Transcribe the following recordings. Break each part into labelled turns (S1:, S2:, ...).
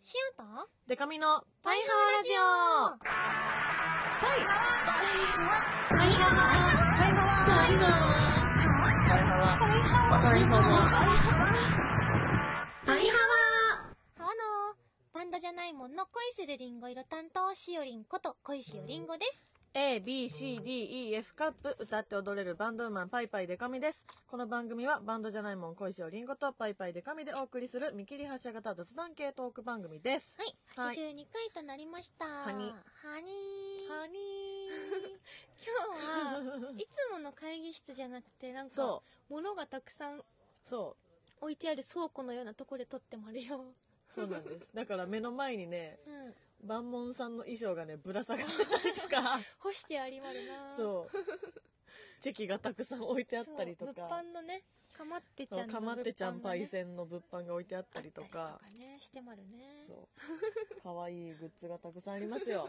S1: シュート
S2: デカミの
S1: パ
S2: パ
S1: イ
S2: イ
S1: ハ
S2: ハ
S1: ワ
S2: ワ
S1: ラ
S2: ラ
S1: ジ
S2: ジ
S1: オパイハワパイハワパイハワパイハワパイハワパイハワパイハワハローバンドじゃないもんの恋するリンゴ色担当しおりんこと恋しおりんごです。
S2: オ A, B, C, D, E, F カップ歌って踊れるバンドウーマンパイパイデカミです。この番組はバンドじゃないもん恋しおりんごとパイパイデカミでお送りする見切り発車型雑談系トーク番組です。
S1: はい、
S2: はい
S1: 82回となりました。はは
S2: に
S1: にー
S2: ハニ
S1: 今日は、
S2: ー
S1: いつもの会議室じゃなくて、なんか
S2: そ、
S1: 物がたくさん
S2: そう、
S1: 置いてある倉庫のようなとこで撮ってもあるよ。
S2: そうなんです。だから目の前にね、
S1: うん。
S2: 万門さんの衣装がね、ぶら下がってたりとか、
S1: 干してありまるな
S2: そう。チェキがたくさん置いてあったりとか。
S1: そう物販のねかまってち
S2: そ
S1: ゃ
S2: うん
S1: の
S2: かまってちゃん
S1: 物販の
S2: パ
S1: ね
S2: イセンの物販が置いてあったりと
S1: あ
S2: か
S1: ったりとかねしてまるね
S2: そうかわいいグッズがたくさんありますよ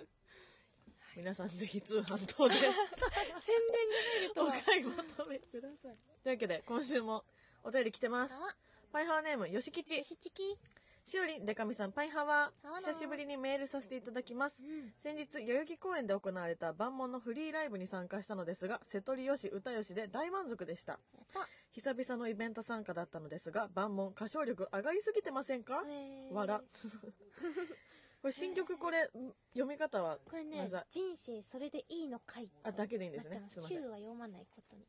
S2: 皆さんぜひ通販等で
S1: 宣伝
S2: お
S1: が入ると
S2: 買い求めくださいというわけで今週もお便り来てます
S1: は
S2: パイハワネームよしきち
S1: よしちき
S2: しおりんでかみさんパイハワ
S1: ハワだ
S2: 久しぶりにメールさせていただきます
S1: うん
S2: 先日代々木公園で行われた万門のフリーライブに参加したのですが瀬戸利よし歌よしで大満足でした
S1: やった
S2: 久々のイベント参加だったのですが万門歌唱力上がりすぎてませんか
S1: えー
S2: わ ら。これ新曲これ、読み方は、
S1: これ
S2: ごめん
S1: ね
S2: なさい
S1: 人生それでいいのかい
S2: あ、だけでいいんで
S1: なっ
S2: す
S1: て
S2: ね
S1: ま。
S2: す
S1: す
S2: いません
S1: 9。は読まないことに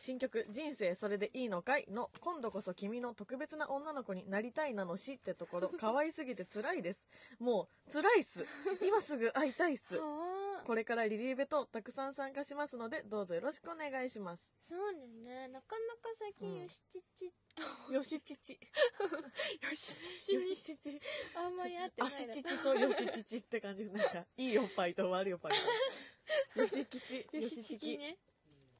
S2: 新曲、人生それでいいのかいの、今度こそ君の特別な女の子になりたいなのしってと ころ、可愛すぎて辛いです。もう、辛いっす。今すぐ会いたい っす。
S1: はあ
S2: これからリリーベとたくさん参加しますので、どうぞよろしくお願いします。
S1: そうだよねなかなか最
S2: う
S1: 近
S2: ん
S1: よしちちよ
S2: よしちち。よ
S1: しち
S2: しちち。
S1: あんまり合ってない
S2: あしちちとよしちちって感じ。なんか、いいおっぱいと悪いおっぱいと。 よしきち。
S1: よしちき。ね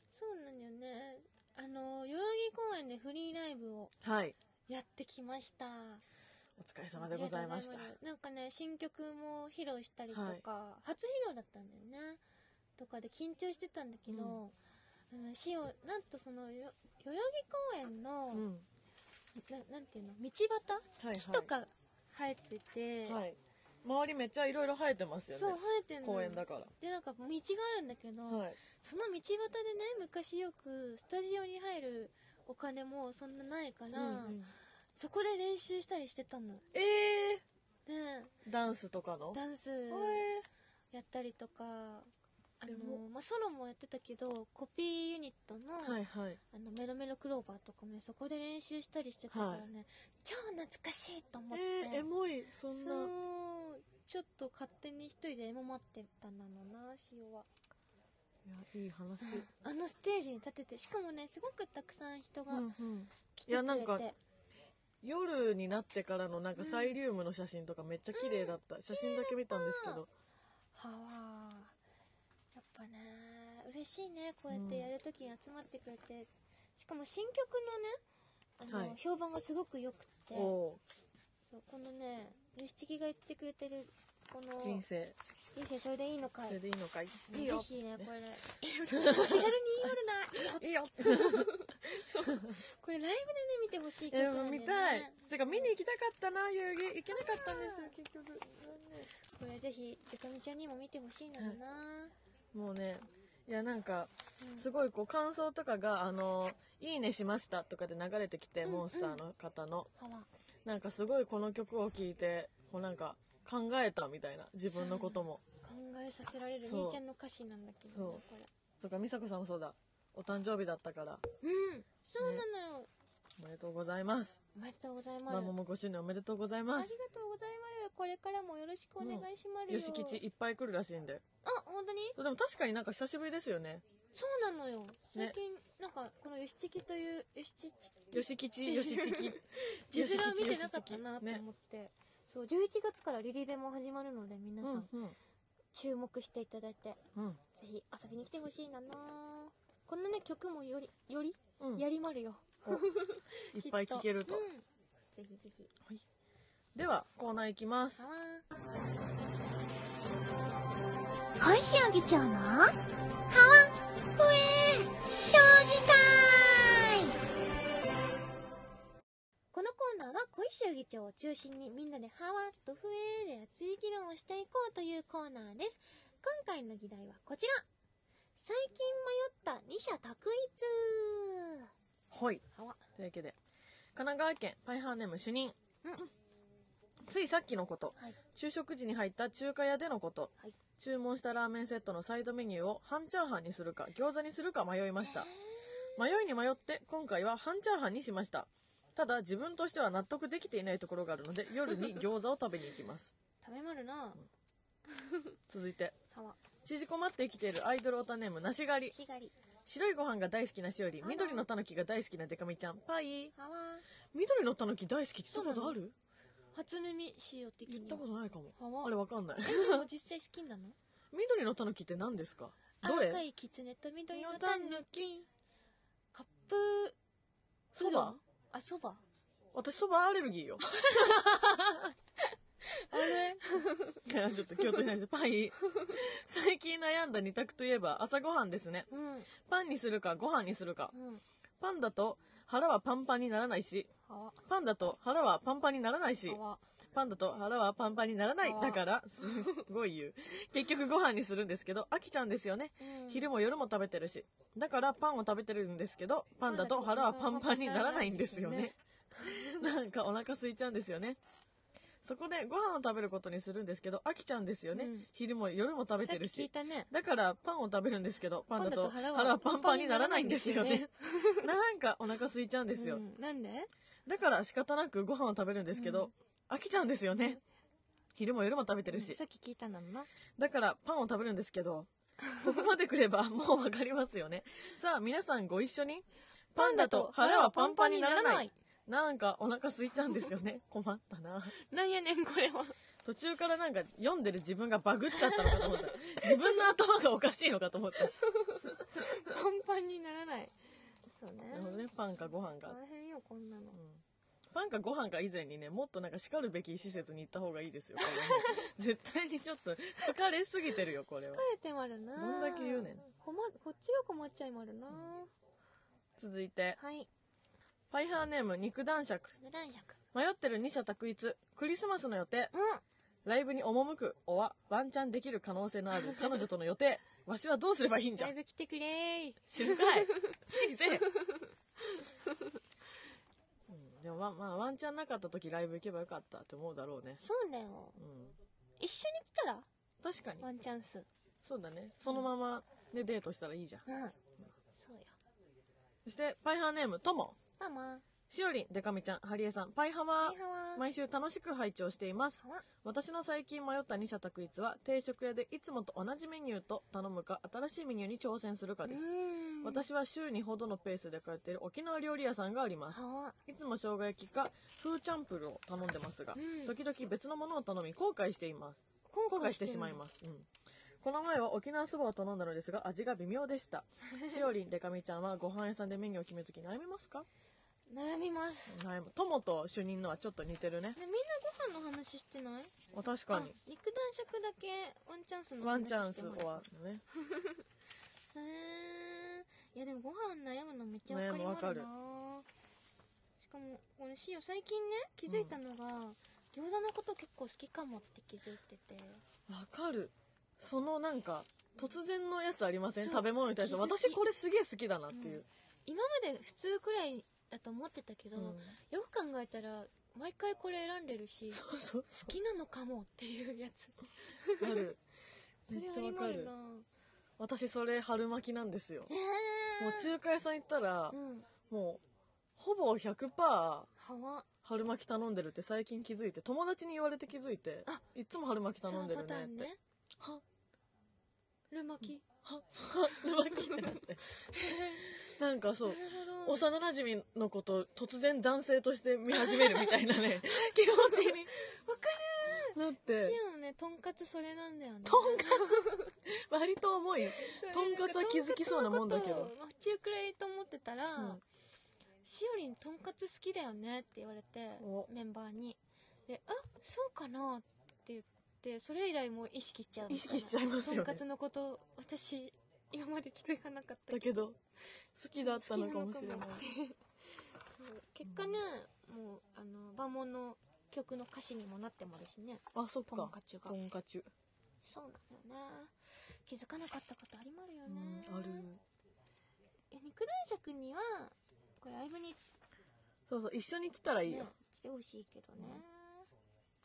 S1: そうなんだよねあの代々木公園でフリーライブを
S2: はい。
S1: やってきました
S2: お疲れ様でございました
S1: ありがとうござい。ますなんかね新曲も披露したりとか、初披露だったんだよねとかで緊張してたんだけど、うん、しおなんとそのよ代々木公園の、
S2: うん。
S1: ななんていうの道
S2: はいはい
S1: 端木とか生えてて、
S2: はい。周りめっちゃいろいろ生えてますよね。
S1: そう生えてんの
S2: 公園だから。
S1: でなんか道があるんだけど、
S2: はい。
S1: その道端でね昔よくスタジオに入るお金もそんなないから、
S2: うんうん
S1: そこで練習したりしてたの
S2: え
S1: で
S2: ー、ダンスとかの。
S1: ダンス
S2: え
S1: やったりとかあ
S2: でも
S1: の、まあ、ソロもやってたけどコピーユニットの,、
S2: ーはいはい。
S1: あのメロメロクローバーとかもねそこで練習したりしてたからね、超懐かしいと思って、
S2: えー、エモい、そんな。
S1: そうちょっと勝手に一人でエモ待ってたんだろうな塩はい
S2: や、いい話。
S1: あのステージに立ててしかもねすごくたくさん人が
S2: うんうん
S1: 来てくれて、
S2: いやなんか夜になってからのなんかサイリウムの写真とかめっちゃ綺麗だった。写真だけ見たんですけど。
S1: はわやっぱね嬉しいねこうやってやるときに集まってくれて、しかも新曲のねあの、
S2: はい
S1: 評判がすごく良くて
S2: お
S1: そうこのねヨシチキが言ってくれてるこの
S2: ー人生。
S1: 人生それでいいのかい
S2: それでいいのかいいい
S1: ぜ
S2: よ。
S1: ひねこれ気軽に言われない
S2: いいよ。
S1: これライブでね見てほしい曲
S2: え
S1: なんだよ
S2: ー、
S1: ね
S2: 見たい。てか見に行きたかったな、遊戯。行けなかったんですよ、結局。
S1: これぜひゆかみちゃんにも見てほしいんだよな、
S2: もうね、いやなんか、
S1: うん
S2: すごいこう感想とかが、あの、いいねしましたとかで流れてきて、
S1: うんうん
S2: モンスターの方の。
S1: はわ
S2: なんかすごいこの曲を聴いて、こうなんか考えたみたいな、自分のことも。
S1: 考えさせられる
S2: そう
S1: みーちゃんの歌詞なんだけどね
S2: そう
S1: これ
S2: とか、美佐子さんもそうだ。お誕生日だったから、
S1: うんそうなのよ、
S2: おめでとうございます。
S1: おめでとうございます。
S2: ママも5周年おめでとうござ
S1: あ
S2: い
S1: り
S2: ま
S1: が
S2: す。
S1: とうございます。これからもよろしくお願いしますよ。
S2: よしきちいっぱい来るらしいんで。
S1: あ、本当に
S2: でも確かになんか久しぶりですよね。
S1: そうなのよ。最近、なんか、このよしちきという、よしちき、
S2: よしきち、よしち き。
S1: 字面を見てなかっ
S2: よしきち
S1: たなと
S2: ね
S1: 思って。そう、11月からリリーベも始まるので、皆
S2: う
S1: さん
S2: ん、うん。
S1: 注目していただいて、
S2: うん。
S1: ぜひ遊びに来てほしいななこんなね、曲もより、より、
S2: うん
S1: やりまるよ。
S2: いっぱい聴けると。
S1: うんぜひぜひ。
S2: では、コーナー行きます。
S1: 今週議長のハワフエ評議会このコーナーは小石議長を中心にみんなでハワとフエをしていこうというコーナーです。今回の議題はこちら。最近迷った二者択一。
S2: はい。
S1: はわ。
S2: というわけで、神奈川県パイハーネーム主任。
S1: うん
S2: ついさっきのこと、
S1: はい。
S2: 昼食時に入った中華屋でのこと、
S1: はい
S2: 注文したラーメンセットのサイドメニューを半チャーハンにするか餃子にするか迷いました迷いに迷って今回は半チャーハンにしましたただ自分としては納得できていないところがあるので夜に餃子を食べに行きます
S1: 食べまるな。
S2: 続いて
S1: はわ。
S2: 縮こまって生きているアイドルオタネームなしがり
S1: しがり。
S2: 白いご飯が大好きなしおり
S1: あら
S2: 緑のたぬきが大好きなデカミちゃんパイ
S1: はわ。
S2: 緑のたぬき大好きって言ったことある
S1: 初耳しよう的には。
S2: 言ったことないかも
S1: はわ。
S2: あれわかんない
S1: でも実際好きなの
S2: 緑のたぬきって何ですか どれ
S1: 赤いキツネと緑のタヌキ。カップ、
S2: そば
S1: あ、そば
S2: 私そばアレルギーよ
S1: あれ
S2: いやちょっと気を取りないですパイ 最近悩んだ二択といえば朝ごはんですね
S1: うん。うん。
S2: パンにするかご飯にするかパンだと腹はパンパンにならないし
S1: はわ。
S2: パンだと腹はパンパンにならないし
S1: はわ。
S2: パンだと腹はパンパンにならない
S1: あー
S2: だからすごい言う結局ご飯にするんですけど飽きちゃうんですよね
S1: うん
S2: 昼も夜も食べてるしだからパンを食べてるんですけどパンだと腹はパンパンにならないんですよね なんかお腹空いちゃうんですよねそこでご飯を食べることにするんですけど飽きちゃうんですよね、
S1: うん
S2: 昼も夜も食べてる
S1: さっき聞い
S2: した
S1: ね。
S2: だからパンを食べるんですけどパンだと
S1: パンだと
S2: 腹
S1: 腹は
S2: はパンパンにならないんですよねなんかお腹空いちゃうんで
S1: です
S2: よ、
S1: なんで
S2: だから仕方なくご飯を食べるんですけど、飽きちゃうんですよね昼も夜も食べてるし、
S1: さっき聞いたんだもんな。
S2: だからパンを食べるんですけ ど、ここまでくれば もうわかりますよね。さあ皆さんご一緒に。パンだと腹はパンパンにならない。。なんかお腹空いちゃうんですよね。 困ったな。
S1: なんやねん、これは。
S2: 途中からなんか読んでる自分がバグっちゃったのかと思った。自分の頭がおかしいのかと思った。
S1: パンパンにならない。そうね。
S2: なるほどね、パンかご飯か。
S1: 大変よ、こんなの。
S2: うんパンかご飯か以前にね、もっとなんか叱るべき施設に行った方がいいですよ。これも う絶対にちょっと疲れすぎてるよ、これは
S1: 疲。れてまるな。
S2: どんだけ言うねん
S1: 困こっちが困っちゃいまるな。
S2: 続いて、
S1: はい。
S2: ファイハーネーム肉男爵。
S1: 無断尺。
S2: 迷ってる二者択一クリスマスの予定
S1: うん。
S2: ライブに赴くおはワンチャンできる可能性のある彼女との予定わしはどうすればいいんじゃ
S1: だいぶ来てくれー。
S2: 知るかい好きにせえ、うん、でもまあまあワンチャンなかった時ライブ行けばよかったって思うだろうね
S1: そうだよ
S2: う。ん
S1: 一緒に来たら
S2: 確かに
S1: ワンチャンス。
S2: そうだねそのままねデートしたらいいじゃん
S1: うん。そうよ。
S2: そしてパイハーネームとも
S1: ママ。
S2: しおりんでかみちゃんハリエさんパイハ
S1: は
S2: マ
S1: いはー。
S2: 毎週楽しく拝聴しています
S1: はわ
S2: 私の最近迷った二者択一は定食屋でいつもと同じメニューと頼むか新しいメニューに挑戦するかです、
S1: うん。
S2: 私は週にほどのペースで通っている沖縄料理屋さんがあります
S1: はわ。
S2: いつも生姜焼きかフーチャンプルを頼んでますが、
S1: うん
S2: 時々別のものを頼み後悔しています後悔してしまいます、うん、この前は沖縄そばを頼んだのですが味が微妙でしたしおりんでかみちゃんはご飯屋さんでメニューを決めるとき悩みますか
S1: 悩みます。
S2: 悩む友と主任のはちょっと似てるね
S1: みんなご飯の話してない
S2: あ確かに
S1: あ肉男爵だけワンチャンスの
S2: ワン
S1: 話
S2: チャン
S1: し
S2: ス
S1: てもら
S2: 終
S1: う
S2: わるね
S1: へーいやでもご飯悩むのめっちゃわかり
S2: 悩むわ
S1: ま
S2: か
S1: る
S2: る
S1: なしかも俺しよ最近ね気づいたのが、餃子のこと結構好きかもって気づいてて
S2: わかるそのなんか突然のやつありません
S1: そう
S2: 食べ物に対して
S1: 気づき
S2: 私これすげえ好きだなっていう、
S1: 今まで普通くらいだと思ってたけど、
S2: うん
S1: よく考えたら毎回これ選んでるし
S2: そうそう
S1: 好きなのかもっていうやつ
S2: ある
S1: そ
S2: め
S1: れ
S2: っち
S1: あ
S2: ゃわ
S1: り
S2: か
S1: ま
S2: る
S1: るな
S2: 私それ春巻きなんですよ
S1: え
S2: もう中華屋さん行ったら、
S1: ー、うん
S2: もうほぼ100%
S1: はわ
S2: 春巻き頼んでるって最近気づいて友達に言われて気づいて
S1: あ
S2: いつも春巻き
S1: そ
S2: 頼
S1: の
S2: んで
S1: パ
S2: る
S1: タ
S2: ね
S1: ー
S2: っ
S1: ン
S2: て
S1: ね
S2: は
S1: 春巻き
S2: は春巻きってなって なんかそう
S1: なるほど
S2: 幼なじみのことを突然男性として見始めるみたいな ね気持ちに
S1: わ
S2: なっ
S1: シ
S2: て
S1: オンねとんかつそれなんだよね
S2: とんかつ割と重い
S1: そう
S2: とんかつは気づきそうなもんだけ
S1: と
S2: ど
S1: んかつのことを中くらいと思ってたら、
S2: うん
S1: しおりんとんかつ好きだよねって言われて
S2: お
S1: メンバーにであそうかなって言ってそれ以来もう意識しちゃうみたな
S2: 意識しちゃいますよね
S1: とんかつのこと私今まで気づかなかった
S2: だけど好きだったのかもしれない
S1: 好きなのかもってそう結果ね、もうあの馬門の曲の歌詞にもなってもあるしね
S2: あそっ
S1: トン
S2: か
S1: カチュが
S2: トンカチュ、
S1: そうなのよね気づかなかったことありまるよ
S2: う
S1: ね、
S2: ん、ある
S1: いや肉男爵にはこれライブに、ね、
S2: そうそう一緒に来たらいいよ、
S1: 来てほしいけどね、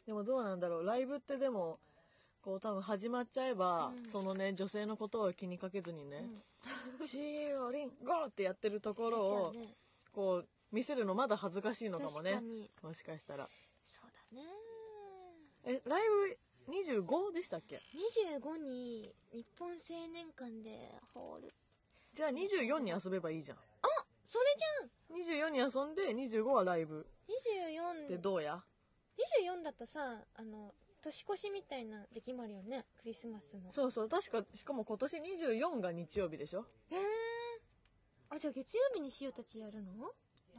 S2: でもどうなんだろうライブってでもこう多分始まっちゃえば、
S1: うん
S2: そのね女性のことを気にかけずに
S1: う
S2: ね
S1: ん、
S2: 「シーオリンゴー!」ってやってるところ
S1: じゃ
S2: を、
S1: あね
S2: こう見せるのまだ恥ずかしいのかも
S1: 確か
S2: ね
S1: に
S2: もしかしたら
S1: そうだね
S2: えライブ25でしたっけ
S1: 25に日本青年館でホール
S2: じゃあ24に遊べばいいじゃん
S1: それ
S2: 24に遊んで25はライブ
S1: じゃん
S2: で
S1: 24
S2: どうや
S1: 24だとさあの年越しみたいな出来もあるよねクリスマスの
S2: そうそう確かしかも今年24が日曜日でしょ
S1: えー、あじゃあ月曜日に塩たちやるの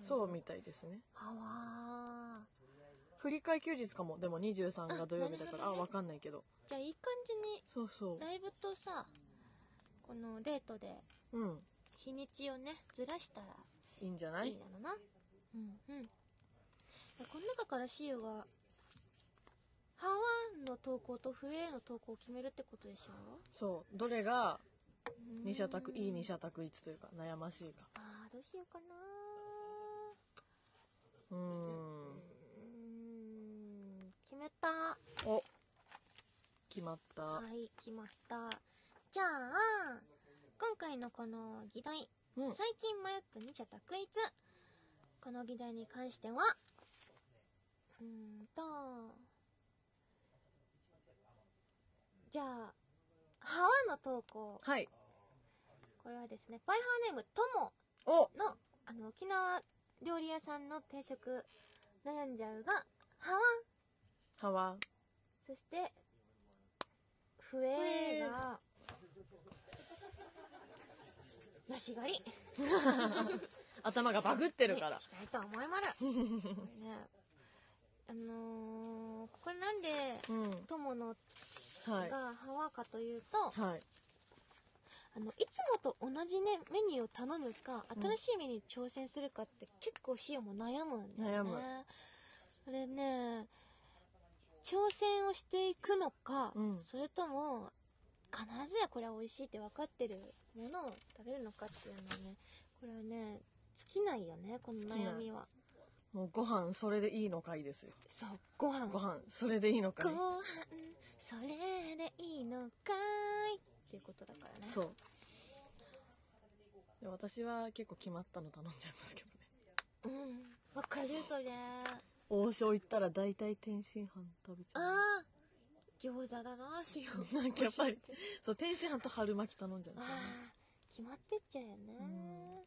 S2: そうみたいですね
S1: あわー
S2: 振り替え休日かもでも23が土曜日だか
S1: あなるほ
S2: らあ
S1: どね
S2: わかんないけど
S1: じゃあいい感じに
S2: そうそ
S1: ライブとさこのデートで
S2: ううん
S1: 日にちをねずらしたら
S2: いいんじゃないい
S1: いなのなうんうんこの中からシオがハワンの投稿とフエの投稿を決めるってことでしょ
S2: そうどれが二者択いい二
S1: に
S2: 者択一というか悩ましいか
S1: ああどうしようかな
S2: うー
S1: う
S2: ん
S1: ーん決めた
S2: お決まった、
S1: はい、決まった。じゃあ、今回のこの議題、
S2: うん
S1: 最近迷った二者択一。この議題に関しては、うーんと、じゃあ、ハワの投稿。
S2: はい
S1: これはですね、パイハーネームとも
S2: お
S1: の、あの、沖縄料理屋さんの定食、悩んじゃうが、ハワ
S2: ハワン
S1: そして、笛が、なし狩り
S2: 頭がバグってる
S1: に
S2: から
S1: し、たいと思いまる。これね、あのー、これなんで、
S2: うん
S1: 友の
S2: はい
S1: がハワかというと、
S2: はい
S1: あのいつもと同じねメニューを頼むか
S2: うん
S1: 新しいメニューに挑戦するかって結構シオも悩むんだよね
S2: 悩む
S1: それね挑戦をしていくのか、
S2: うん
S1: それとも必ずやこれは美味しいって分かってるものを食べるのかっていうのはねこれはね尽きないよねこの悩みは
S2: もうご飯それでいいのかいですよ
S1: そうご飯
S2: ご飯それでいいのか
S1: ご
S2: い
S1: 飯それでいいのかいっていうことだからね
S2: そうで私は結構決まったの頼んじゃいますけどね
S1: うんわかるそれ
S2: 王将行ったら大体天津飯食べちゃう
S1: ああ餃子だな塩
S2: なんかやっぱりそう天津飯と春巻き頼んじゃうん
S1: あ
S2: ですよ
S1: あ決
S2: ね
S1: まってっちゃうよね
S2: うん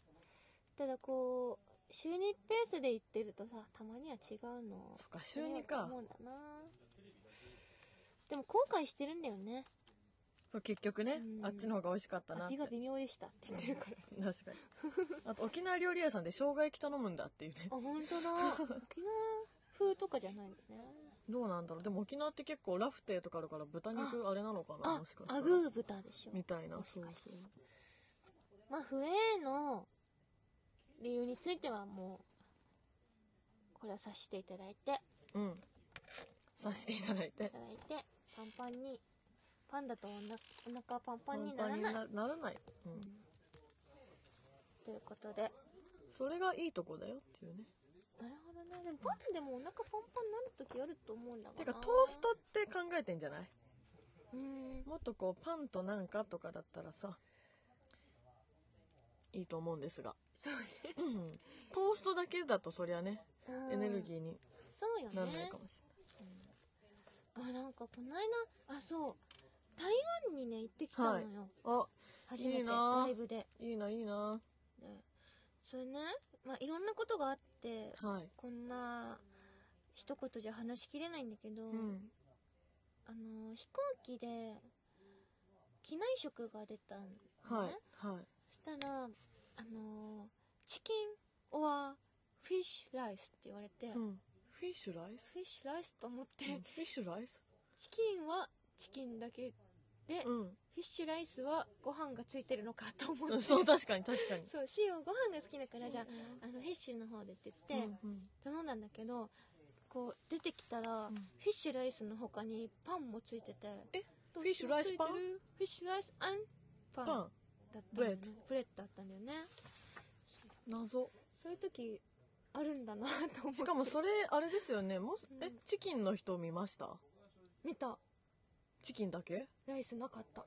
S1: ただこう週にペースで行ってるとさたまには違うの
S2: そっか週にか
S1: 思うんだなでも後悔してるんだよね
S2: そう結局ね
S1: うん
S2: あっちの方が美味しかったなって
S1: 味が微妙でしたって言ってる から
S2: うん確かにあと沖縄料理屋さんで生姜焼き頼むんだっていうね
S1: あ本当だ沖縄風とかじゃないんだね
S2: どうなんだろうでも沖縄って結構ラフテーとかあるから豚肉あれなのかな
S1: あ
S2: もしかしたら
S1: アグー豚でしょ
S2: みたいな
S1: もし
S2: そう
S1: かしてまあ不衛の理由についてはもうこれは察していただいて
S2: うんさしていただい
S1: い
S2: て
S1: ただいてパンパンにパンダとおなお腹パンパンにな
S2: パ
S1: ら
S2: ンパ
S1: ない
S2: ンになならない、うん、
S1: ということでなる
S2: それがいいとこだよっていうね
S1: ほどねでもパンでもお腹パンパンになる時あると思うんだが
S2: て
S1: な
S2: かトーストって考えてんじゃないう
S1: ーん
S2: もっとこうパンとなんかとかだったらさいいと思うんですが
S1: そう
S2: うんトーストだけだとそりゃね
S1: ね
S2: エネルギ
S1: ー
S2: ーに
S1: そうよ
S2: ならない
S1: ね
S2: かもし
S1: あなんかこの間あそう台湾にね行ってきたのよ、
S2: れない、
S1: 初めて
S2: いいな
S1: ライブで
S2: あいいないいな
S1: でそれねまあいろんなことがあって
S2: はい
S1: こんな一言じゃ話しきれないんだけど、
S2: うん
S1: あの飛行機で機内食が出たんだね、
S2: はいはい
S1: そしたらあのチキンオアフィッシュライスって言われて、
S2: う
S1: フ
S2: んフィッシュライス
S1: ィッシュライスと思って、
S2: うんフィッシュライス
S1: チキンはチキンだけで、フ
S2: うん
S1: ィッシュライスはご飯がついてるのかと思っ
S2: う
S1: て
S2: んそう確かに確かに
S1: そうシオご飯が好きだからじゃああのフィッシュの方でって言って、
S2: うんうん
S1: 頼んだんだけどこう出てきたら、
S2: ん
S1: フィッシュライスの他にパンもついてて
S2: え
S1: どっちも
S2: フィッシュライスパン
S1: ついてるフィッシュライスアンパン
S2: パン
S1: だったんだよね
S2: ブレッ
S1: ブレッドだったんだよね
S2: 謎
S1: そういう時あるんだなと思って
S2: しかもそれあれですよねも
S1: うん
S2: えチキンの人見ました
S1: 見た
S2: チキンだけ
S1: ライスなかった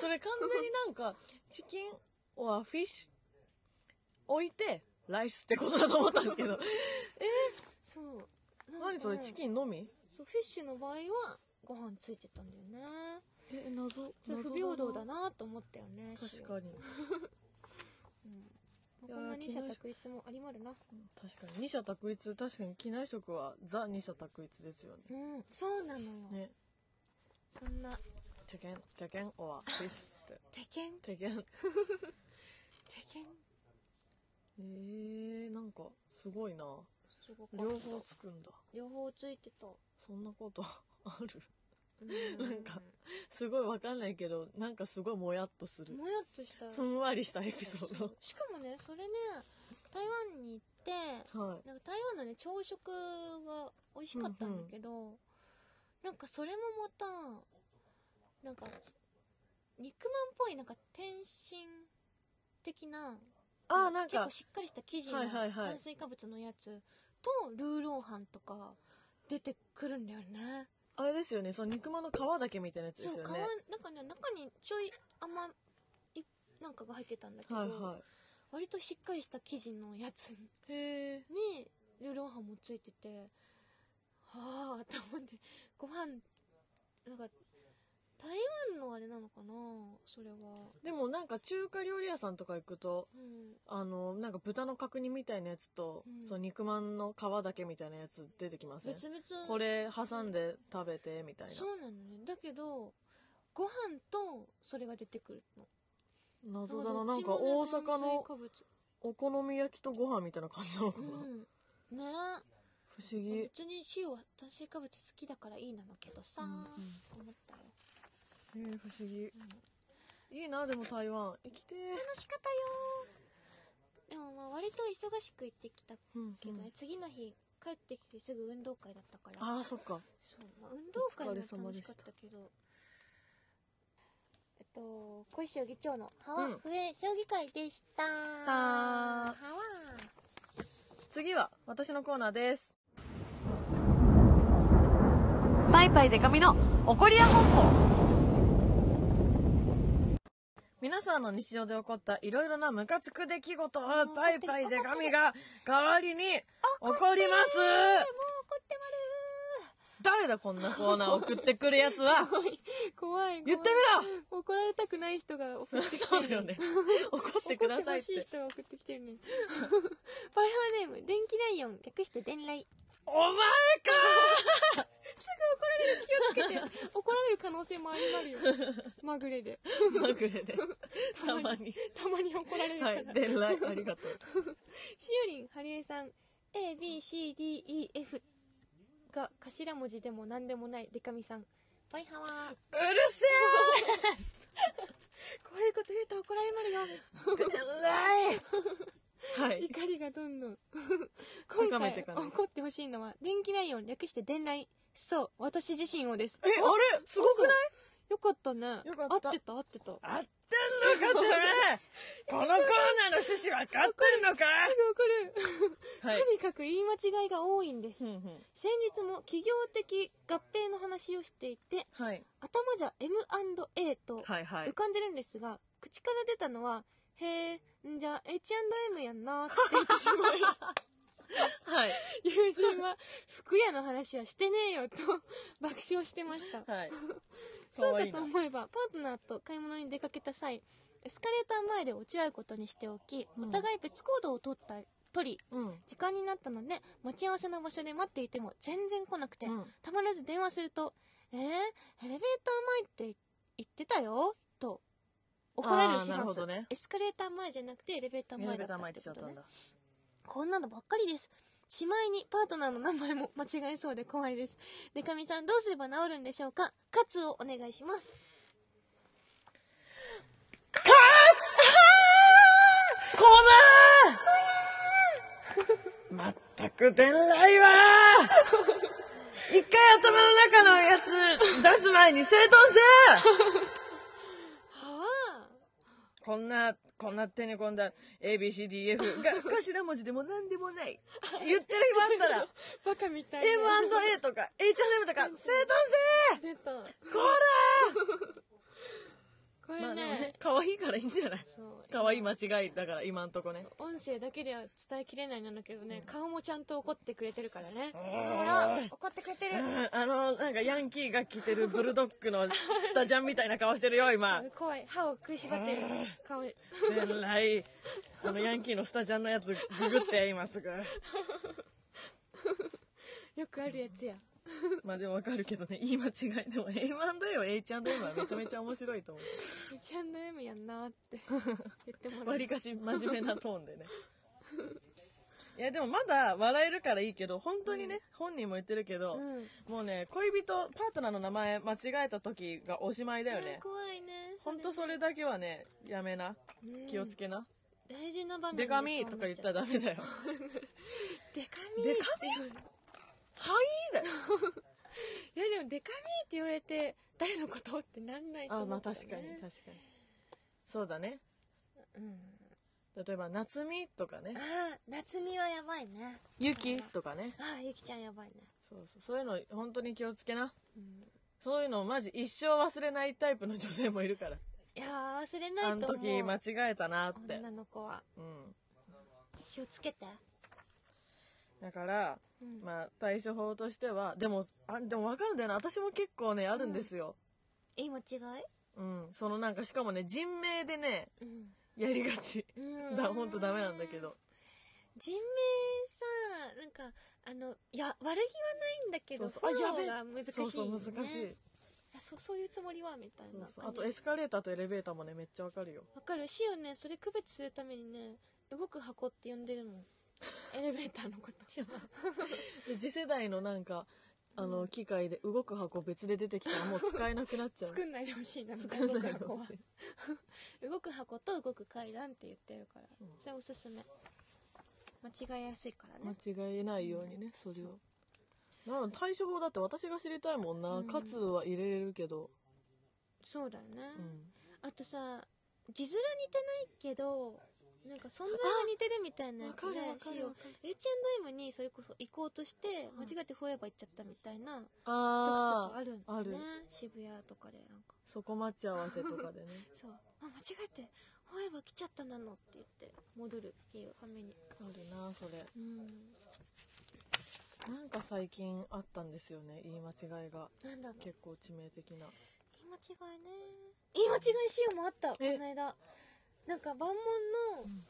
S2: それ完全になんかチキンはフィッシュ置いてライスってことだと思ったんですけど
S1: そう
S2: 何それチ
S1: ン
S2: キンのみ
S1: そうフィッシュの場合はご飯ついてたんだよね
S2: え謎
S1: ちょっと不平等だなと思ったよねに、
S2: 確かに
S1: うん
S2: いや
S1: こんな
S2: ー
S1: に社宅いつもありまるな
S2: 確かに二者択一確かに機内食はザ二者択一ですよ
S1: う
S2: ね
S1: んそうなのよ、
S2: ね
S1: そんな
S2: テケンテケンオアフィッシュっ
S1: 手剣
S2: て テケン
S1: 手剣
S2: えー、なんかすごいな
S1: すごかった
S2: 両方つくんだ
S1: 両方ついてた、
S2: そんなこと ある
S1: うん
S2: なんかすごいわかんないけどなんかすごいもやっとする
S1: もやっとした
S2: ふんわりしたエピソー
S1: しかもねそれね台湾に行って
S2: ドはい
S1: なんか台湾のね朝食が美味しかったんだけど、なんかそれもまたなんか肉まんっぽいなんか天津的な
S2: あーなん
S1: 結
S2: か
S1: 構しっかりした生地の
S2: はいはいはい
S1: 炭水化物のやつとルーローハンとか出てくるんだよね
S2: あれですよねその肉まんの皮だけみたいなやつです
S1: そう
S2: よね
S1: 皮なんかね中にちょい甘いなんかが入ってたんだけど、
S2: はいは
S1: 割としっかりした生地のやつ
S2: いへえ
S1: にルーローハンもついててはあと思ってご飯なんか台湾のあれなのかなそれは、
S2: でもなんか中華料理屋さんとか行くと
S1: うん、
S2: あのなんか豚の角煮みたいなやつと、
S1: うん
S2: その肉まんの皮だけみたいなやつ出てきません
S1: 別々
S2: これ挟んで食べてみたいな
S1: そうなのねだけどご飯とそれが出てくるの
S2: 謎だな
S1: ど
S2: な
S1: っ
S2: ん
S1: ち
S2: か
S1: もね
S2: 大阪の
S1: 炭水
S2: お好み焼きとご飯みたいな感じなのか
S1: 化
S2: な、
S1: 物うんね
S2: 不思
S1: え
S2: 議、
S1: 別に塩は炭水化物好きだからいいなのけどさ、
S2: うんうん
S1: 思ったよ、
S2: えー不思議
S1: うん
S2: いいなでも台湾行きて
S1: 楽しかったよーでもまあ割と忙しく行ってきた
S2: ー、うん
S1: けどね、次の日帰ってきてすぐ運動会だったから
S2: ああそっか
S1: そう、まあ、運動会も楽しかったけどえっと小石将棋長のハワ
S2: う
S1: フ
S2: ん
S1: エ将棋会でした
S2: たー
S1: ハワ
S2: 次は私のコーナーです
S3: パイパイデカミの怒りや本舗
S2: 皆さんの日常で起こったいろいろなムカつく出来事をパイパイで神が代わりに起こりま
S1: え
S2: す
S1: ーもう怒って
S2: 誰だこんなコーナー送ってくるやつ は
S1: まるー 怖い
S2: 言って
S1: みろ怒られたくない人が
S2: み ろ そうだよね怒ってくださいって
S1: 人が送ってきてるね パイハーネーム電気ライオン略して電ライ
S2: お前か
S1: すぐ 怒られる気をつけて怒られる可能性もありま るよまぐれで
S2: まぐれ でたまに
S1: たまに怒られるか
S2: は
S1: ら、
S2: い伝来ありがとう
S1: しおりんはりえさん ABCDEF が頭文字でも何でもないデカミさんバイハワー
S2: うるせ
S1: こういうこと言うと怒られまるよ
S2: えはい
S1: 怒りがどんど ん
S2: 高
S1: 今
S2: め
S1: 回
S2: てかない
S1: 怒ってほしいのは電気ライオン略して電ライそう私自身をです
S2: えあれすごくない
S1: いよかったね
S2: よかっ
S1: 合
S2: た
S1: ってた合ってたすぐ怒
S2: 合ってんのかてめえこのコーナーの趣旨分かってるのか
S1: る、
S2: はい
S1: とにかく言い間違いが多いんです
S2: うんうん
S1: 先日も企業的合併の話をしていて
S2: はい
S1: 頭じゃ M&A と
S2: はいはい
S1: 浮かんでるんですが、口から出たのは「へえんじゃ H&M やんな」って言ってしまい
S2: はい
S1: 友人は「服屋の話はしてねえよ」と 爆笑してました
S2: はい
S1: そう
S2: わ
S1: か
S2: いい
S1: と
S2: な
S1: 思えばパートナーと買い物に出かけた際エスカレーター前で落ち合うことにしておき、
S2: うん
S1: お互い別行動を取った取り
S2: うん
S1: 時間になったので待ち合わせの場所で待っていても全然来なくて、
S2: うん
S1: たまらず電話すると「えー、エレベーター前って言ってたよ」と怒られる始
S2: あーなるほ
S1: 末、
S2: どね
S1: エスカレーター前じゃなくてエレベーター
S2: エレ
S1: 前
S2: ベ
S1: だ
S2: ー
S1: った
S2: ター前
S1: っ
S2: っててち
S1: こ
S2: ゃった
S1: と
S2: ん
S1: ね
S2: だ
S1: こんなのばっかりですしまいにパートナーの名前も間違えそうで怖いですでかみさんどうすれば治るんでしょうかカツをお願いします
S2: コーナーまったく伝来 は一回頭の中のやつ出す前に整頓せ
S1: はあ
S2: こんな、こんな手に込んだ ABCDF が 頭文字でも何でもない。言ってる暇あ ったら、
S1: バカみたいな
S2: M&A とか H&M と か整頓せ
S1: 出た
S2: こ
S1: こ
S2: らま
S1: れ
S2: あでも
S1: ね
S2: ね、可愛いからいいんじゃない
S1: そう
S2: 可愛い間違いだから今んとこね。
S1: 音声だけでは伝えきれないなんだけどね、顔もちゃんと怒ってくれてるからね
S2: ー
S1: ほら怒ってくれて
S2: う
S1: る
S2: んあの、なんかヤンキーが着てるブルドッグのスタジャンみたいな顔してるよ、今。
S1: 怖い歯を食いしばってる顔で
S2: 全来、あのヤンキーのスタジャンのやつググって、今すぐ。
S1: よくあるやつや
S2: まあでもわかるけどね、言い間違い。でも M&A は H&M はめちゃめちゃ面白いと思う。
S1: ちゃんの M やんなって 言ってもら
S2: わ
S1: う
S2: りかし真面目なトーンでね。いやでもまだ笑えるからいいけど、本当にね、本人も言ってるけど、
S1: うん
S2: もうね、恋人、パートナーの名前間違えた時がおしまいだよね。
S1: 怖いね
S2: ほんとそれだけはね、やめな。気をつけな。
S1: 大事な場面
S2: デカミーとか言ったらダメだよ。
S1: デカミー
S2: デ
S1: って
S2: カ
S1: 言われ
S2: はいだよ。
S1: いやでもデカミーって言われて誰のことってなんないと
S2: あ、
S1: 思う、
S2: まあ確かに確かに。そうだね。
S1: に、うん、
S2: 例えば、夏美とかね
S1: あ、あ夏美はやばいね
S2: ゆきとかね。
S1: ああゆきちゃんやばいね、
S2: そうそう。そういうの、本当に気をつけな。
S1: うん、
S2: そういうのをマジ一生忘れないタイプの女性もいるから。
S1: いやー忘れ
S2: あ
S1: ない
S2: の
S1: と思う
S2: 時間違えたなって。
S1: 女の子は
S2: うん。
S1: 気をつけて、
S2: だから、
S1: うん
S2: まあ対処法としては、でも、あ、でもわかるんだよな。私も結構ね、あるんですよ。
S1: いい間違い
S2: うん。そのなんか、しかもね、人名でね、
S1: うん
S2: やりがち。
S1: うん
S2: だ、ほんとダメなんだけど。
S1: 人名さなんかあのいや悪気はないんだけど
S2: そうそうあ
S1: フォロー
S2: や
S1: が難しい、ね、
S2: そうそう、難しい
S1: い。やそうそういうつもりはみたい
S2: そう
S1: な
S2: そうあとエスカレーターとエレベーターもねめっちゃわかるよ
S1: わかるしよねそれ区別するためにね動く箱って呼んで るもんエレベーターのこと
S2: で次世代のなんかあの機械で動く箱別で出てきたらもう使えなくなっ ちゃう
S1: 作んないでほしいなみたいな
S2: 作
S1: 動く
S2: んない
S1: 箱
S2: の
S1: は動く箱と動く階段って言ってるから、それおすすめ間違えやすいからね
S2: 間違えないようにねそれをなんか対処法だって私が知りたいもんな、
S1: うん
S2: カツは入れれるけど、
S1: そうだよね、
S2: うん、
S1: あとさ字面似てないけどなんか存在が似てるみたいなやつ
S2: わ
S1: で
S2: かるわかる
S1: しよ
S2: わ
S1: う
S2: か
S1: H&M にそれこそ行こうとして間違ってフォーエバー行っちゃったみたいな時と
S2: あ
S1: か
S2: あ
S1: あるんだ
S2: あ
S1: よ
S2: る
S1: ね渋谷とかでなんか
S2: そこ待ち合わせとかで ね
S1: そうあ間違えてフォーエバー来ちゃったなのって言って戻るっていうために
S2: あるなそれ
S1: うん
S2: なんか最近あったんですよね言い間違いが
S1: なんだろう
S2: 結構致命的な
S1: 言い間違いね言い間違いしようもあったこ
S2: え
S1: の間なんか万門の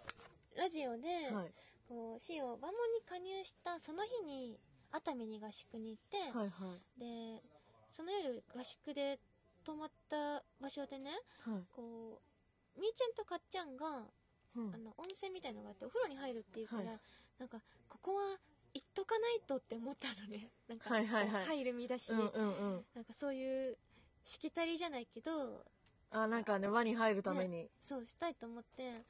S1: ラジオで、
S2: はい
S1: こうシオバモに加入したその日に熱海に合宿に行って、
S2: はいはい
S1: でその夜合宿で泊まった場所でね
S2: はい、
S1: こうみーちゃんとかっちゃんが
S2: うん
S1: あの温泉みたいのがあってお風呂に入るっていうから、
S2: はい
S1: なんかここは行っとかないとって思ったのね なんか、
S2: はいはいは
S1: こ
S2: い
S1: う入る身だし、
S2: うんうんうん
S1: なんかそういうしきたりじゃないけど
S2: あなんかね輪に入るために、
S1: そうしたいと思って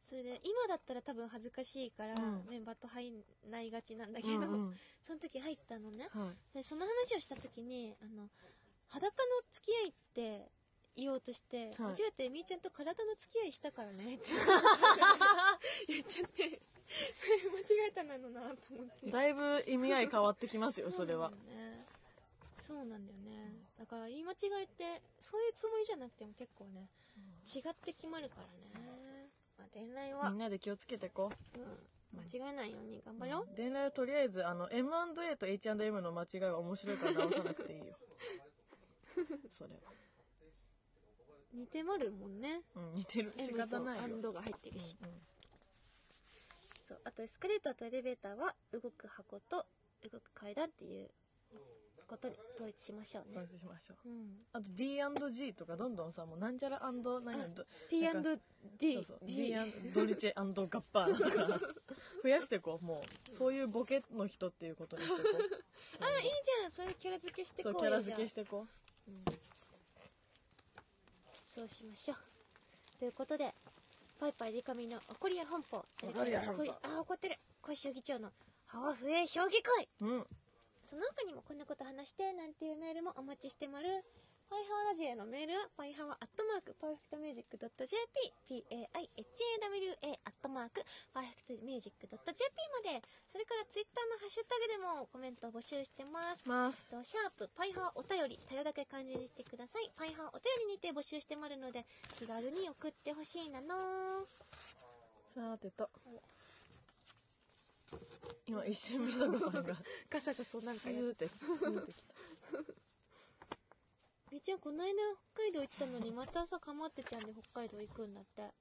S1: それで今だったら多分恥ずかしいから、
S2: うん
S1: メンバーと入んないがちなんだけ
S2: う
S1: ど、
S2: んうん
S1: その時入ったのね
S2: はい、
S1: でその話をした時にあの裸の付き合いって言おうとして、
S2: はい
S1: 間違ってみーちゃんと体の付き合いしたからね って言っちゃってそれ間違えたなのなと思って
S2: だいぶ意味合い変わってきますよそれは
S1: そうなんだよねそうなんだよねだから言い間違いってそういうつもりじゃなくても結構ね違って決まるからね、まあ、恋愛は、
S2: みんなで気をつけてこ
S1: うん間違えないように頑張
S2: う
S1: ろう、
S2: 恋愛はとりあえずあの M&A と H&M の間違いは面白いから直さな くていいよそれは、
S1: 似てまるもんね
S2: うん、似てる仕方ないよ
S1: M とアンドが入ってるし、
S2: うんうん
S1: そうあとエスカレーターとエレベーターは動く箱と動く階段っていうことに統一しましょう
S2: そう
S1: ね、
S2: しましょう
S1: うん、
S2: あと D&G とかどんどんさもうなんちゃら何どなんか
S1: P&D
S2: そうそう G& ドルチェガッパーナとか増やしてこうもうそういうボケの人っていうことにしてこう
S1: あいいじゃんそういうキャラ付けしてこ
S2: そうう
S1: よ
S2: キャラ付けし
S1: じゃ
S2: てこう
S1: あそうしましょうということでパイパイリカミの怒りや本舗それから
S2: 怒りや本舗
S1: 恋あ怒ってる小石議長のハワフエ評議会
S2: うん。
S1: その他にもこんなこと話してなんていうメールもお待ちしてまる。パイハワラジオへのメールは、パイハワアットマーク、パーフェクトミュージック .jp、p-a-i-h-a-w-a アットマーク、パーフェクトミュージック .jp まで、それからツイッターのハッシュタグでもコメントを募集してます。
S2: ます。
S1: とシャープ、パイハワお便り、ただだけ漢字にしてください。パイハワお便りにて募集してまるので、気軽に送ってほしいなの
S2: さてと。今一瞬美佐子さんが
S1: ガサガサ
S2: ス ーってスーってきた
S1: みーちゃんこの間北海道行ったのにまたさかまってちゃんで北海道行くんだってね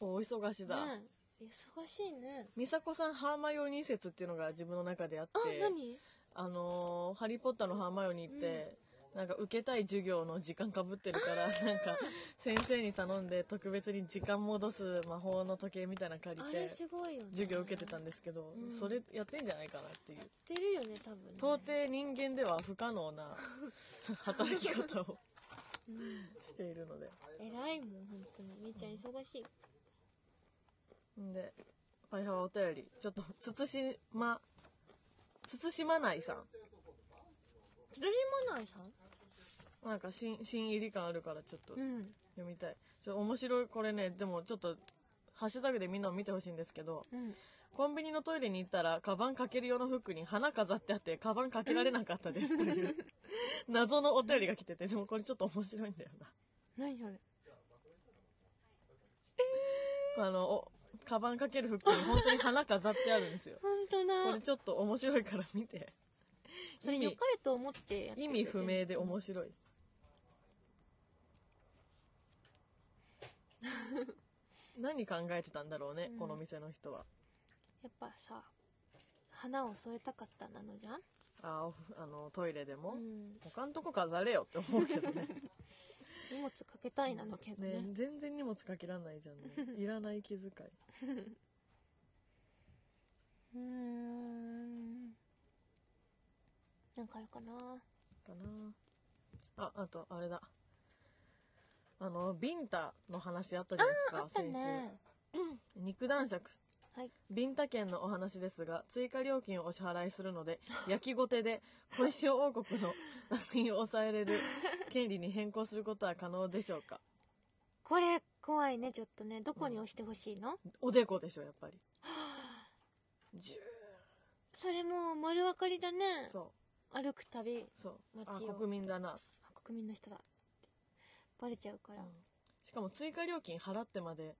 S2: お忙しだ、
S1: え忙しいね
S2: 美佐子さんハーマイオニー説っていうのが自分の中であって
S1: あ何
S2: あのーハリー・ポッター」のハーマイオニーって、なんか受けたい授業の時間かぶって るからなんか先生に頼んで特別に時間戻す魔法の時計みたいなの借り
S1: あ
S2: て
S1: れすごいよね
S2: 授業受けてたんですけど、
S1: うん
S2: それやってんじゃないかなっていう
S1: 知ってるよね多分ね
S2: 到底人間では不可 能な働き方を
S1: うん
S2: しているので
S1: 偉いもん本当にみーちゃん忙しい
S2: んで「パイハワお便り」ちょっと慎ま慎まないさん
S1: 鶴まないさん
S2: なんか新新入り感あるからちょっと
S1: うん
S2: 読みたいちょ面白いこれねでもちょっとハッシュタグでみんなも見てほしいんですけど
S1: うん
S2: コンビニのトイレに行ったらカバンかける用のフックに花飾ってあってカバンかけられなかったですと いう謎のお便りが来ててでもこれちょっと面白いんだよ
S1: 何それ
S2: なあのおカバンかけるフックに本当に花飾ってあるんですよ
S1: 本当
S2: こ
S1: だ
S2: れちょっと面白いから見て
S1: それ良かれと思ってやって
S2: 意
S1: くれて
S2: 味
S1: る
S2: 不明で 面白い何考えてたんだろうね、
S1: うん
S2: この店の人は
S1: やっぱさ花を添えたかったなのじゃん
S2: あおあのトイレでも、
S1: うん
S2: 他のとこ飾れよって思うけ どね
S1: 荷物かけたいなのけど
S2: ね
S1: ね
S2: 全然荷物かけらんないじゃんねいらない気遣い
S1: ー
S2: う
S1: んなんかあるかな
S2: かなああとあれだあのビンタの話あったじゃないですか
S1: あったね
S2: 先週肉男爵
S1: はい
S2: ビンタ券のお話ですが、追加料金をお支払いするので、焼きごてで、小石王国の作品を抑えれる権利に変更することは可能でしょうか
S1: これ怖いねちょっとねどこに押してほしいの、
S2: おでこでしょ、やっぱり。ジ
S1: それもう丸分かりだね
S2: ューそ
S1: 歩くたび
S2: う、そう。あ、
S1: 街を
S2: 国民だな。
S1: あ国民の人だってバレちゃうから、
S2: うんしかも追加料金払ってまで。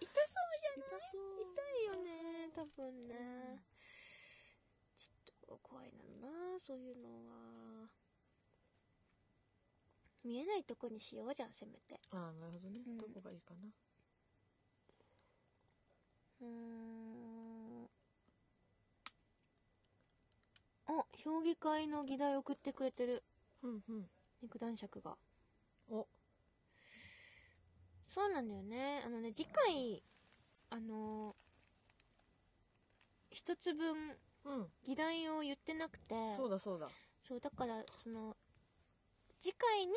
S1: 痛そうじゃない痛いよね多分ね、ちょっと怖いなのなそういうのは見えないとこにしようじゃんせめて
S2: あーなるほどね
S1: うん。
S2: どこがいいかな。
S1: うーんあ評議会の議題送ってくれてる
S2: うんうん。
S1: 肉男爵が
S2: お、
S1: そうなんだよねあのね次回あの一つ分
S2: うん。
S1: 議題を言ってなくて
S2: そうだそうだ。
S1: そうだからその次回に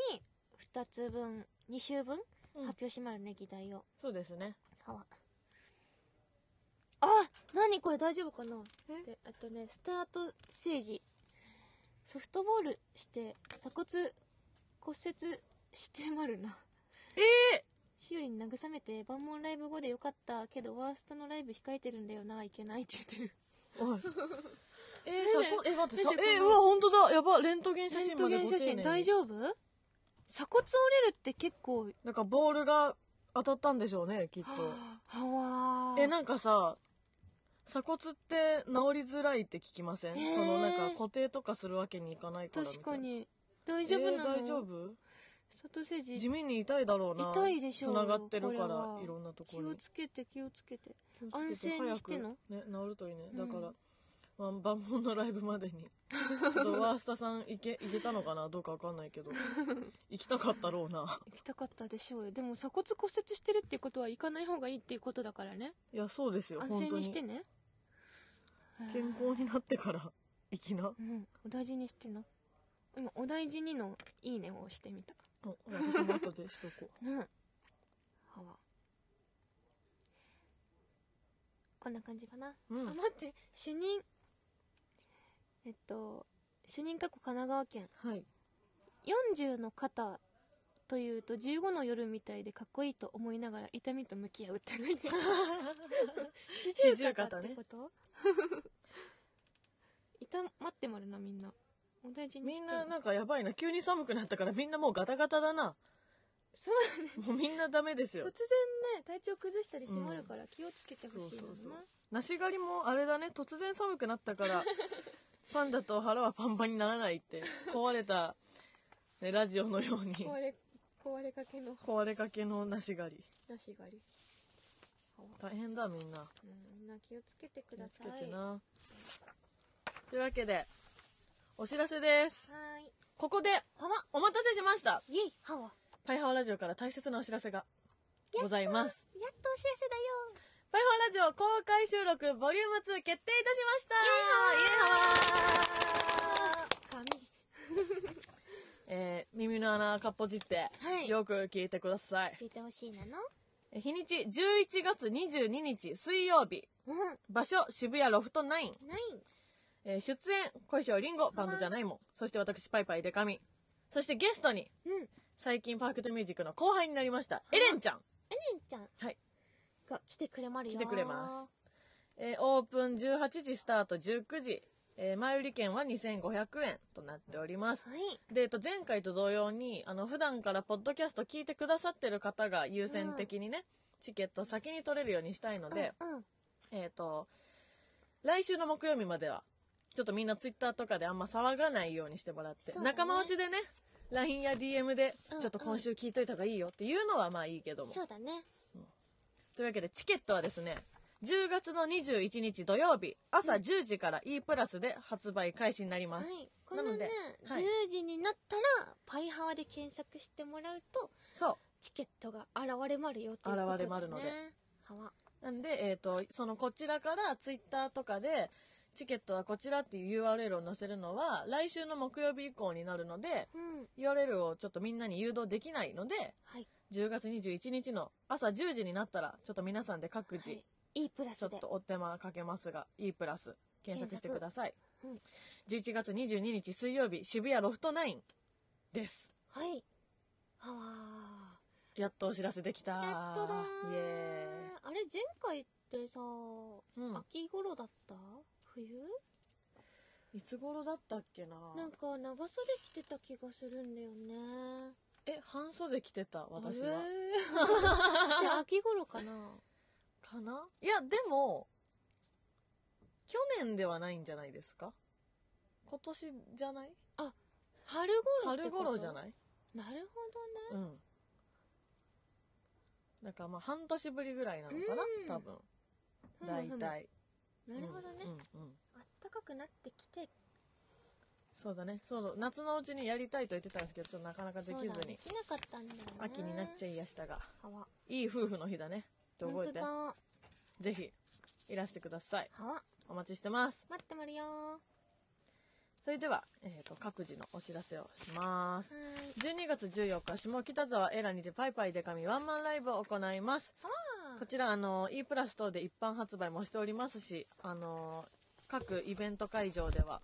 S1: 2つ分2週分、
S2: うん
S1: 発表しまるね議題を
S2: そうですね。
S1: あわあ何これ大丈夫かな
S2: え
S1: であとねスタートステージソフトボールして鎖骨骨折してまるな
S2: え
S1: しおりに慰めて万問ライブ後でよかったけどワーストのライブ控えてるんだよないけないって言ってる
S2: ー、おい。えー、さこ、え、待って、さ
S1: 見て
S2: えー、
S1: この
S2: うわ、本当だ。やば、レントゲン写
S1: レン
S2: 真
S1: ト
S2: まで
S1: ゲン
S2: ご
S1: 写
S2: 丁寧
S1: 真
S2: に
S1: 大丈夫鎖骨折れるって結構
S2: なんかボールが当たったんでしょうねきっと
S1: はあはわー
S2: えなんかさ鎖骨って治りづらいって聞きません、
S1: へー
S2: そのなんか固定とかするわけにいかないからみたい
S1: 確か
S2: な
S1: に大丈夫なの、
S2: えー大丈夫
S1: 外世
S2: 地
S1: 辞
S2: 味に痛いだろうな
S1: 痛いでしょう
S2: つながってるか
S1: これは
S2: らいろんなとこ
S1: 気
S2: ろ
S1: を
S2: に
S1: つけて気をつけて
S2: 気をつけて
S1: 安静にしてんの
S2: 早くね治るといいねだか
S1: う
S2: ら、まあ万本のライブま でにちょっとワースタさん行け行けたのかなどうかわかんな いけど行きたかったろうな
S1: 行きたかったでしょうよでも鎖骨骨折してるってことは行かない方がいいっていうことだからね
S2: いやそうですよ
S1: 安
S2: 本
S1: 静
S2: 当
S1: に
S2: に
S1: してね
S2: 健康になってから行きな
S1: うんお大事にしてな今お大事にのいいねを押してみた
S2: お私も後でしとこう
S1: ねはわこんな感じかな、
S2: う ん
S1: あ待って主任えっと主任過去神奈川県
S2: はい
S1: 40の肩というと15の夜みたいでかっこいいと思いながら痛みと向き合うって書いてある四十肩ってこと、 痛まってまるなみんなお大事に
S2: み
S1: して
S2: んななんかやばいな急に寒くなったからみんなもうガタガタだな
S1: そう
S2: もうみんなダメです
S1: 突然
S2: よ
S1: ね体調崩したりしまるから気をつけてほしいよ
S2: そうそうそう
S1: な
S2: 梨狩りもあれだね突然寒くなったから パンダと腹はパンパンにならないって壊れた、ね、ラジオのように
S1: 壊れ壊れかけの
S2: 壊れかけの梨狩り
S1: 梨狩り、
S2: 大変だみんな
S1: うん、みんな気をつけてく
S2: 気
S1: だ
S2: を
S1: さ
S2: つ
S1: い
S2: けてなというわけでお知らせです
S1: はーい
S2: ここで
S1: ハワ
S2: お待たせしました
S1: イエイハワやっ
S2: パイハワラジオから大切なお知らせがございます
S1: とお知らせだよ
S2: パイハワラジオ公開収録ボリューム2決定いたしました
S1: 髪
S2: えー耳の穴かっぽじって、
S1: はい
S2: よく聞いてください。
S1: 聞いてほしいなの
S2: え日にち11月22日水曜日、
S1: うん
S2: 場所渋谷ロフト9、
S1: ない
S2: えー出演小石りんごバンドじゃないもん、そして私パイパイでかみ、そしてゲストに
S1: うんエ
S2: 最近パークトミュージックの後輩になりました、エレンちゃん。
S1: レンちゃん
S2: はい
S1: が来てくれまるよ
S2: 来てくれますえーオープン18時スタート19時、えー前売り券は2500円となっております。
S1: はい
S2: で、えっと、前回と同様にあの普段からポッドキャスト聞いてくださってる方が優先的にね、チケット先に取れるようにしたいので、
S1: うんうん
S2: えっ、と来週の木曜日まではちょっとみんなツイッターとかであんま騒がないようにしてもらっ
S1: そ
S2: て、
S1: うだね
S2: 仲間内でね LINE や DM で
S1: うん
S2: ちょっと今週聞いといた方がいいよっていうのはまあいいけども、
S1: そうだね
S2: というわけでチケットはですね10月の21日土曜日朝10時から E プラスで発売開始になり
S1: は
S2: ます、
S1: いこの
S2: なの
S1: ね
S2: ではい
S1: 10時になったらパイハワで検索してもらうと
S2: そう
S1: チケットが現れまるよということでね
S2: 現れまるので
S1: ハワ
S2: なんで、えっとそのこちらからツイッターとかでチケットはこちらっていう URL を載せるのは来週の木曜日以降になるので
S1: うん
S2: URL をちょっとみんなに誘導できないので
S1: はい
S2: 10月21日の朝10時になったらちょっと皆さんで各自、
S1: はいいいプラ
S2: ち
S1: ス
S2: ょっ
S1: で
S2: とお手間かけますが E プラス検索してください、
S1: 検
S2: 11月22日水曜日渋谷ロフト9です
S1: はいハワ
S2: やっとお知らせできた
S1: やっとだー
S2: イエ
S1: あれ前回ってさ
S2: ーイ、うん
S1: 秋頃だった冬
S2: いつ頃だったっけな
S1: なんか長袖着てた気がするんだよね
S2: え半袖着てた私は
S1: あれ じゃあ秋頃かな
S2: かないやでも去年ではないんじゃないですか今年じゃない
S1: 春頃って
S2: 春
S1: こと
S2: 頃じゃない
S1: なるほどね
S2: うんだからまあ半年ぶりぐらいなのかな、
S1: うん
S2: 多分
S1: ふむ
S2: 大
S1: ふむ
S2: 体
S1: なるほどね、
S2: うんうんうん
S1: あったかくなってきて
S2: そうだねそうそう夏のうちにやりたいと言ってたんですけどちょっとなかなかできず
S1: そうだで
S2: に
S1: きなかったんだよね
S2: 秋になっちゃいやしたが
S1: ゃうわ
S2: いい夫婦の日だねって覚えて
S1: 本
S2: ぜひいらしてください
S1: 当だはわ
S2: お待ちしてます
S1: 待ってまるよーは
S2: それでは、えー、と各自のお知らせをします
S1: ーい
S2: 12月14日下北沢エラにてパイパイデカミワンマンライブを行いますこちらあの E プラス等で一般発売もしておりますしあの各イベント会場では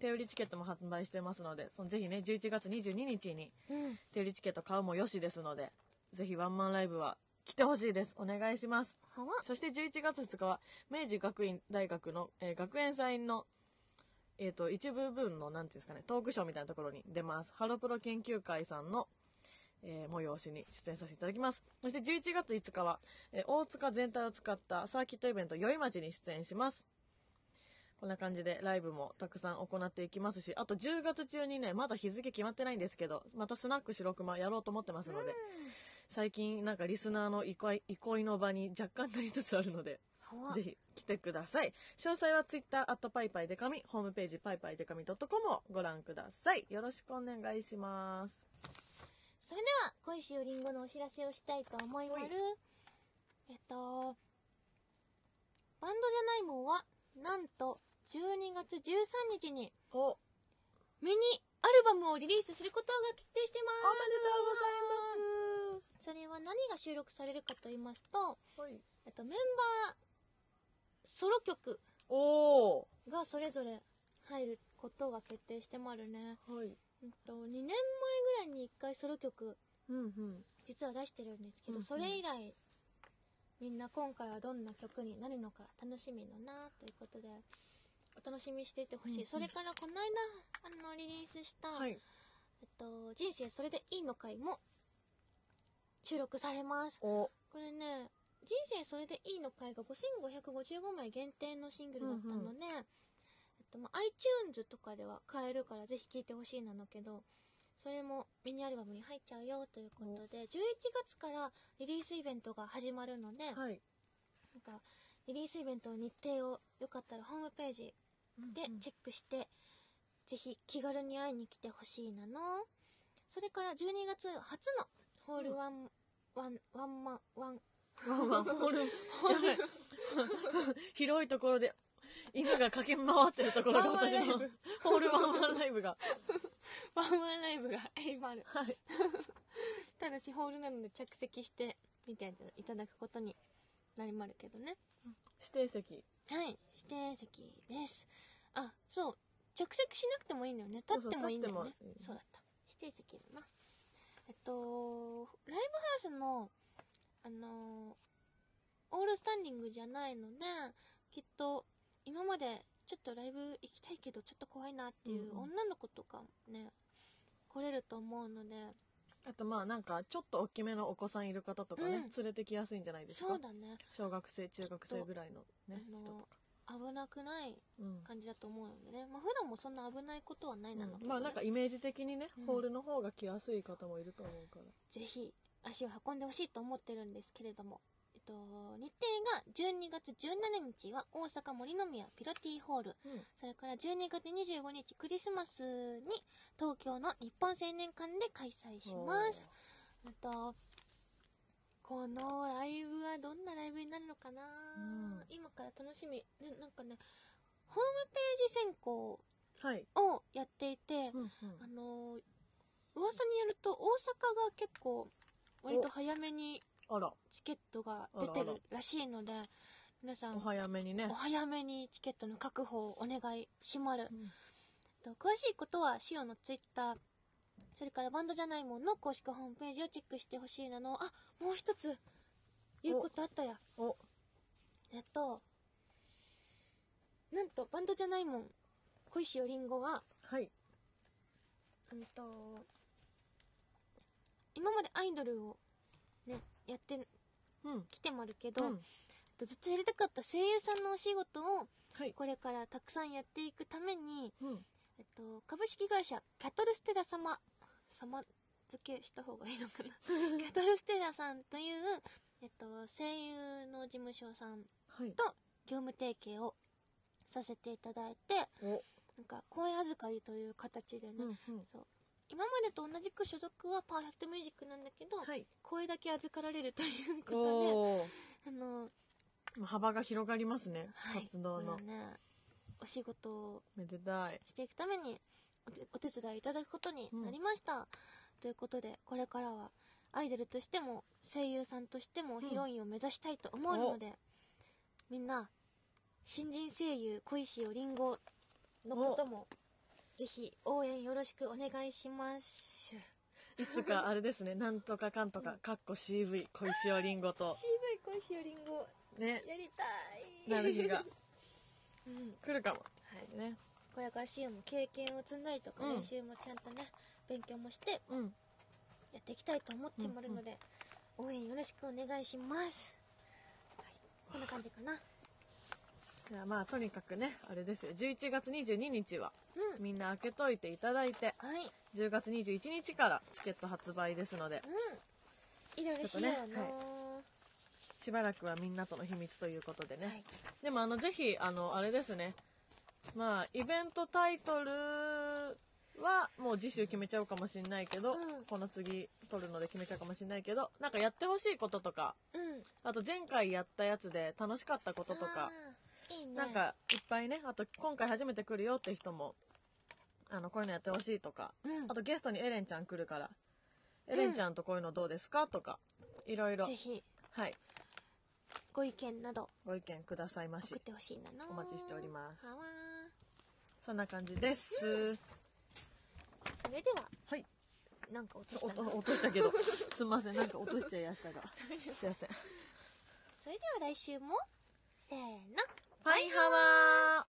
S2: 手売りチケットも発売してますのでそのぜひね11月22日に
S1: うん
S2: 手売りチケット買うもよしですのでぜひワンマンライブは来てほしいですお願いします
S1: はわ
S2: そして11月2日は明治学院大学の、えー学園祭の、えー、と一部分のなんていうんですかねトークショーみたいなところに出ますハロプロ研究会さんの、えー催しに出演させていただきますそして11月5日は、えー大塚全体を使ったサーキットイベント宵町に出演しますこんな感じでライブもたくさん行っていきますしあと10月中にねまだ日付決まってないんですけどまたスナック白熊やろうと思ってますので、最近なんかリスナーの憩い憩いの場に若干なりつつあるので
S1: はわ
S2: ぜひ来てください詳細はツイッターアットパイパイでかみホームページパイパイでかみ .com をご覧くださいよろしくお願いします
S1: それでは小石よりんごのお知らせをしたいと思いま
S2: は
S1: る
S2: い
S1: えっとバンドじゃないもんはなんと12月13日に
S2: お
S1: ミニアルバムをリリースすることが決定してま
S2: おめでとうございま
S1: す
S2: す
S1: それは何が収録されるかと言いますと、
S2: はい
S1: えっと、メンバーソロ曲
S2: おお
S1: がそれぞれ入ることが決定してまるね、
S2: はい
S1: うんと、2年前ぐらいに1回ソロ曲
S2: うんうん
S1: 実は出してるんですけ
S2: うん
S1: ど、
S2: うん
S1: それ以来みんな今回はどんな曲になるのか楽しみだなということでお楽しみにしていてほしい、
S2: うんうん
S1: それからこの間あのリリースした、
S2: はい
S1: えっと「人生それでいいのかい」も収録されます
S2: お
S1: これね「人生それでいいのかい」が5555枚限定のシングルだったので、えっとまあ iTunes とかでは買えるからぜひ聴いてほしいなのけどそれもミニアルバムに入っちゃうよということで11月からリリースイベントが始まるので、
S2: はい
S1: なんかリリースイベントの日程をよかったらホームページでチェックして、ぜひ気軽に会いに来てほしいなのそれから12月初のホールワン、ワンワンマンワン
S2: ワンワン ホールやばい 広いところで犬が駆け回ってるところが
S1: ワンワン
S2: 私
S1: ライブ
S2: のホールワンワンライブが
S1: ワンワンライブが今ある、 ただしホールなので着席して見ていただくことになりまるけどね
S2: 指定席
S1: はい指定席ですあそう着席しなくてもいいんだよね立ってもいいんだよね
S2: そうそう立ってもいい
S1: そうだった指定席だなえっとライブハウスのあのオールスタンディングじゃないのできっと今までちょっとライブ行きたいけどちょっと怖いなっていう
S2: うんうん
S1: 女の子とかもね、来れると思うので
S2: あとまあなんかちょっと大きめのお子さんいる方とかね、
S1: うん
S2: 連れてきやすいんじゃないですか
S1: そうだね
S2: 小学生中学生ぐらいのね
S1: あの
S2: 人とか、
S1: 危なくない
S2: うん
S1: 感じだと思うのでねまあ普段もそんな危ないことはないなので、
S2: うんまあなんかイメージ的にね、
S1: うん
S2: ホールの方が来やすい方もいると思うから
S1: ぜひ足を運んでほしいと思ってるんですけれども、えっと、日程が12月17日は大阪森の宮ピロティホール、
S2: うん
S1: それから12月25日クリスマスに東京の日本青年館で開催します。あと、このライブはどんなライブになるのかな、
S2: うん
S1: 今から楽しみ。ね、なんかね、ホームページ選考
S2: おーはい、
S1: をやっていて、
S2: うんうん
S1: あのー噂によると大阪が結構割と早めに
S2: あら
S1: チケットが出て
S2: あらあ
S1: るらしいので皆さん
S2: お早めにね
S1: お早めにチケットの確保をお願いしまる、と詳しいことはシオのツイッターそれからバンドじゃないもんの公式ホームページをチェックしてほしいなのあもう一つ言うことあったや
S2: お
S1: えっとなんとバンドじゃないもん小石よりんごは
S2: はい
S1: うんと今までアイドルをねやって
S2: うん
S1: きてまるけど、
S2: うん
S1: ずっとやりたかった声優さんのお仕事を
S2: はい、
S1: これからたくさんやっていくために、
S2: うん、
S1: えっと、株式会社キャトルステラ様様付けした方がいいのかな キャトルステラさんという、えっと、声優の事務所さん
S2: はい
S1: と業務提携をさせていただいて
S2: お、
S1: なんか声預かりという形でね、
S2: うんうん、
S1: そう今までと同じく所属はパーフェクトミュージックなんだけど、
S2: はい
S1: 声だけ預かられるということ
S2: おー
S1: であの、
S2: まあ幅が広がりますね、
S1: はい、
S2: 活動の
S1: これはねお仕事を
S2: めでたい
S1: していくためにお手お手伝いいただくことになりました、ということでこれからはアイドルとしても声優さんとしても
S2: ん
S1: ヒロインを目指したいと思うので、みんな新人声優小石よりんごのこともぜひ応援よろしくお願いします。
S2: いつかあれですねなんとかかんとかかっこ CV 小石尾りんごと
S1: CV 恋しよりんご
S2: ね
S1: やりたい
S2: なる日が
S1: うん
S2: 来るかも
S1: はい、
S2: ね
S1: これからシオも経験を積んだりとか
S2: うん
S1: 練習もちゃんとね、勉強もして
S2: うん
S1: やっていきたいと思ってもらうので、応援よろしくお願いします、はい、こんな感じかな
S2: じゃあまあとにかくねあれですよ11月22日は
S1: うん
S2: みんな開けといていただいて
S1: はい
S2: 10月21日からチケット発売ですので
S1: うんいろいろしよう
S2: ちょっとね
S1: な、
S2: しばらくはみんなとの秘密ということでね、
S1: はい
S2: でもあのぜひあのあれですねまあイベントタイトルはもう次週決めちゃうかもしれないけど、
S1: うん
S2: この次取るので決めちゃうかもしれないけどなんかやってほしいこととか
S1: うん
S2: あと前回やったやつで楽しかったこととか、
S1: あーいいね
S2: なんかいっぱいねあと今回初めて来るよって人もあのこういうのやってほしいとか
S1: うん
S2: あとゲストにエレンちゃん来るから、エレンちゃんとこういうのどうですかとかいろいろ
S1: ぜひ
S2: はい
S1: ご意見など
S2: ご意見くださいまし
S1: 送ってほしいなの
S2: お待ちしております
S1: はわ
S2: そんな感じです
S1: ーそれでは
S2: はい
S1: なんか落とし
S2: そ
S1: た
S2: う
S1: な
S2: おお落としたけ どすんませんなんか落としちゃいましたがすいません
S1: それでは来週もせーの
S2: パイハワー